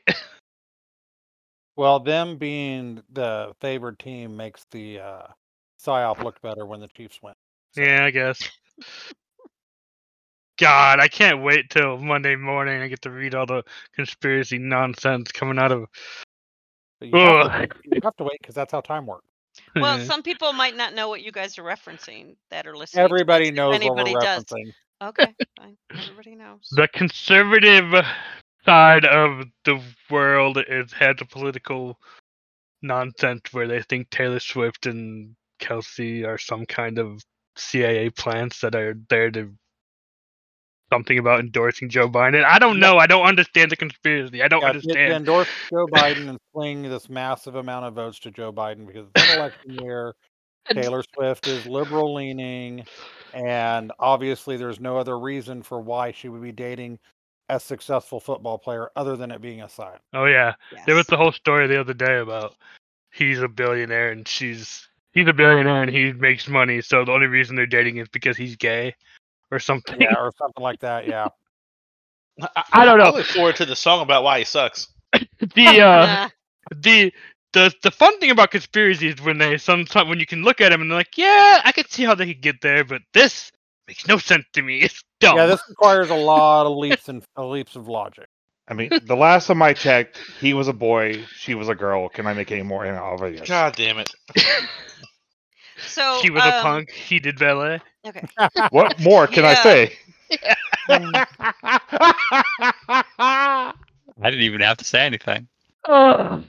Speaker 4: Well, them being the favored team makes the uh, psyop look better when the Chiefs win.
Speaker 6: yeah, I guess. God, I can't wait till Monday morning. I get to read all the conspiracy nonsense coming out of.
Speaker 4: But you, have
Speaker 6: Ugh.
Speaker 4: to, you have to wait because that's how time works.
Speaker 3: Well, some people might not know what you guys are referencing that are listening. to
Speaker 4: Everybody
Speaker 3: this, if
Speaker 4: knows what we're
Speaker 3: anybody does.
Speaker 4: referencing.
Speaker 3: Okay, fine. Everybody knows.
Speaker 6: the conservative side of the world is has a political nonsense where they think Taylor Swift and Kelsey are some kind of CIA plants that are there to something about endorsing Joe Biden. I don't know. I don't understand the conspiracy. I don't
Speaker 4: Yeah, to- to
Speaker 6: understand.
Speaker 4: endorse Joe Biden and swing this massive amount of votes to Joe Biden because it's an election year. Taylor Swift is liberal leaning, and obviously there's no other reason for why she would be dating a successful football player other than it being a side.
Speaker 6: Oh yeah. There was
Speaker 3: Yes.
Speaker 6: the whole story the other day about he's a billionaire and she's he's a billionaire and he makes money, so the only reason they're dating is because he's gay or something.
Speaker 4: Yeah, or something like that. Yeah.
Speaker 2: I,
Speaker 6: I don't
Speaker 2: I
Speaker 6: know.
Speaker 2: look forward to the song about why he sucks.
Speaker 6: the uh,
Speaker 3: Nah,
Speaker 6: the the the fun thing about conspiracies is when they sometimes when you can look at them and they're like, yeah, I could see how they could get there, but this makes no sense to me. It's dumb.
Speaker 4: Yeah, this requires a lot of leaps and uh, leaps of logic.
Speaker 1: I mean, the last time I checked, he was a boy, she was a girl. Can I make any more? And I'll yes.
Speaker 2: God damn it.
Speaker 3: so
Speaker 6: she was a
Speaker 3: um,
Speaker 6: punk. He did ballet.
Speaker 3: Okay.
Speaker 1: What more can
Speaker 3: Yeah.
Speaker 1: I say?
Speaker 5: I didn't even have to say anything.
Speaker 1: we're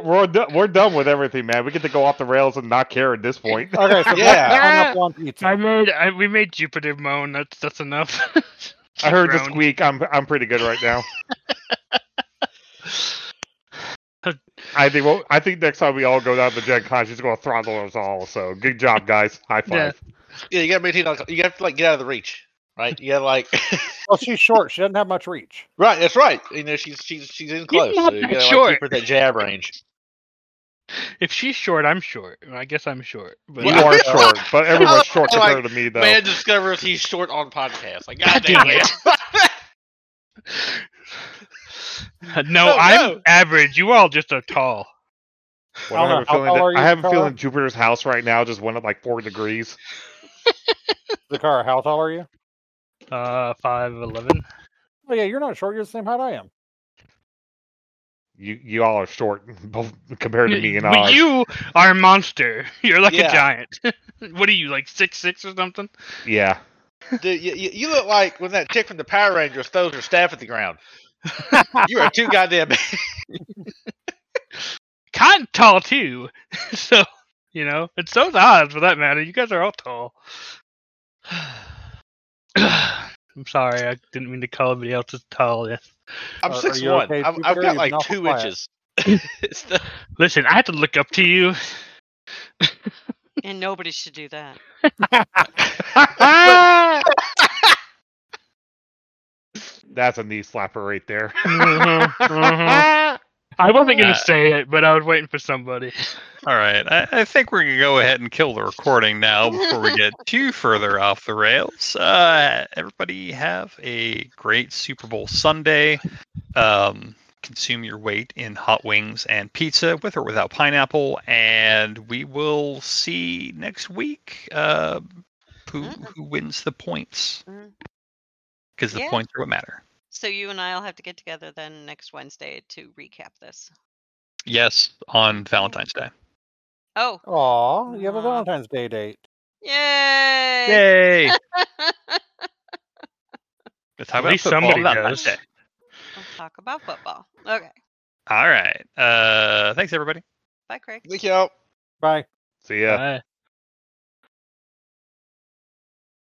Speaker 1: we're, do- we're done with everything, man. We get to go off the rails and not care at this point.
Speaker 4: Okay, so
Speaker 2: Yeah.
Speaker 4: yeah. up on pizza.
Speaker 6: I made I, we made Jupiter moan. That's that's enough.
Speaker 1: I heard the
Speaker 6: Groan.
Speaker 1: squeak. I'm I'm pretty good right now. I think well, I think next time we all go down to Gen Con, she's going to throttle us all. So good job, guys. High
Speaker 6: Yeah.
Speaker 1: five.
Speaker 2: Yeah, you gotta maintain like you have to like get out of the reach. Right? You gotta like
Speaker 4: Well, she's short. She doesn't have much reach.
Speaker 2: Right, that's right. You know, she's she's she's in close.
Speaker 6: not
Speaker 2: so you
Speaker 6: that
Speaker 2: gotta, like,
Speaker 6: short.
Speaker 2: keep her at that jab range.
Speaker 6: if she's short, I'm short. I guess I'm short. But
Speaker 1: You
Speaker 2: Well,
Speaker 1: are short, but everyone's short
Speaker 2: Like,
Speaker 1: compared to me, though.
Speaker 2: Man discovers he's short on podcast. Like
Speaker 6: God
Speaker 2: God
Speaker 6: damn
Speaker 2: damn it.
Speaker 6: no,
Speaker 2: Oh,
Speaker 6: I'm
Speaker 2: no.
Speaker 6: average. You all just are tall.
Speaker 1: Well, I
Speaker 4: How-
Speaker 1: have
Speaker 4: how
Speaker 1: a feeling,
Speaker 4: tall
Speaker 1: that-
Speaker 4: are you,
Speaker 1: I have a
Speaker 4: Carl?
Speaker 1: feeling Jupiter's house right now just went up like four degrees.
Speaker 4: Zakara, how tall are you?
Speaker 6: Uh, five eleven.
Speaker 4: Oh yeah, you're not short. You're the same height I am.
Speaker 1: You you all are short both compared to me and
Speaker 6: but
Speaker 1: Oz.
Speaker 6: you are a monster. You're like a
Speaker 2: Yeah.
Speaker 6: giant. what are you like six six or something?
Speaker 1: Yeah.
Speaker 2: Dude, you, you, you look like when that chick from the Power Rangers throws her staff at the ground. you are too goddamn big.
Speaker 6: Kind of tall too. so you know, it's those odds for that matter. You guys are all tall. I'm sorry, I didn't mean to call everybody else as tall. Yes.
Speaker 2: I'm
Speaker 4: Are- are
Speaker 2: six
Speaker 4: you
Speaker 2: one.
Speaker 4: okay,
Speaker 2: I've, I've
Speaker 4: Jupiter?
Speaker 2: got
Speaker 4: You've
Speaker 2: like
Speaker 4: been awful
Speaker 2: two
Speaker 4: quiet.
Speaker 2: inches. it's the,
Speaker 6: Listen, I had to look up to you.
Speaker 3: and nobody should do that.
Speaker 1: That's a knee slapper right there.
Speaker 6: Mhm, mhm. I wasn't gonna
Speaker 5: Yeah.
Speaker 6: say it, but I was waiting for somebody.
Speaker 5: All right, I, I think we're gonna go ahead and kill the recording now before we get too further off the rails. Uh, everybody have a great Super Bowl Sunday. Um, consume your weight in hot wings and pizza, with or without pineapple, and we will see next week uh, who
Speaker 3: Mm-mm.
Speaker 5: who wins the points
Speaker 3: Mm-hmm. Mm.
Speaker 5: because the
Speaker 3: Yeah.
Speaker 5: points are what matter.
Speaker 3: So you and I'll have to get together then next Wednesday to recap this.
Speaker 5: Yes, on Valentine's Day.
Speaker 3: Oh,
Speaker 4: Aw, you have a
Speaker 3: Aw.
Speaker 4: Valentine's Day date.
Speaker 3: Yay!
Speaker 7: Yay!
Speaker 5: Let's talk
Speaker 7: At
Speaker 5: about
Speaker 7: least
Speaker 5: football
Speaker 7: somebody
Speaker 5: on
Speaker 7: does.
Speaker 5: Monday.
Speaker 3: Let's talk about football. Okay.
Speaker 5: All right. Uh, thanks, everybody.
Speaker 3: Bye, Craig.
Speaker 2: Thank you.
Speaker 4: Bye.
Speaker 1: See ya.
Speaker 7: Bye.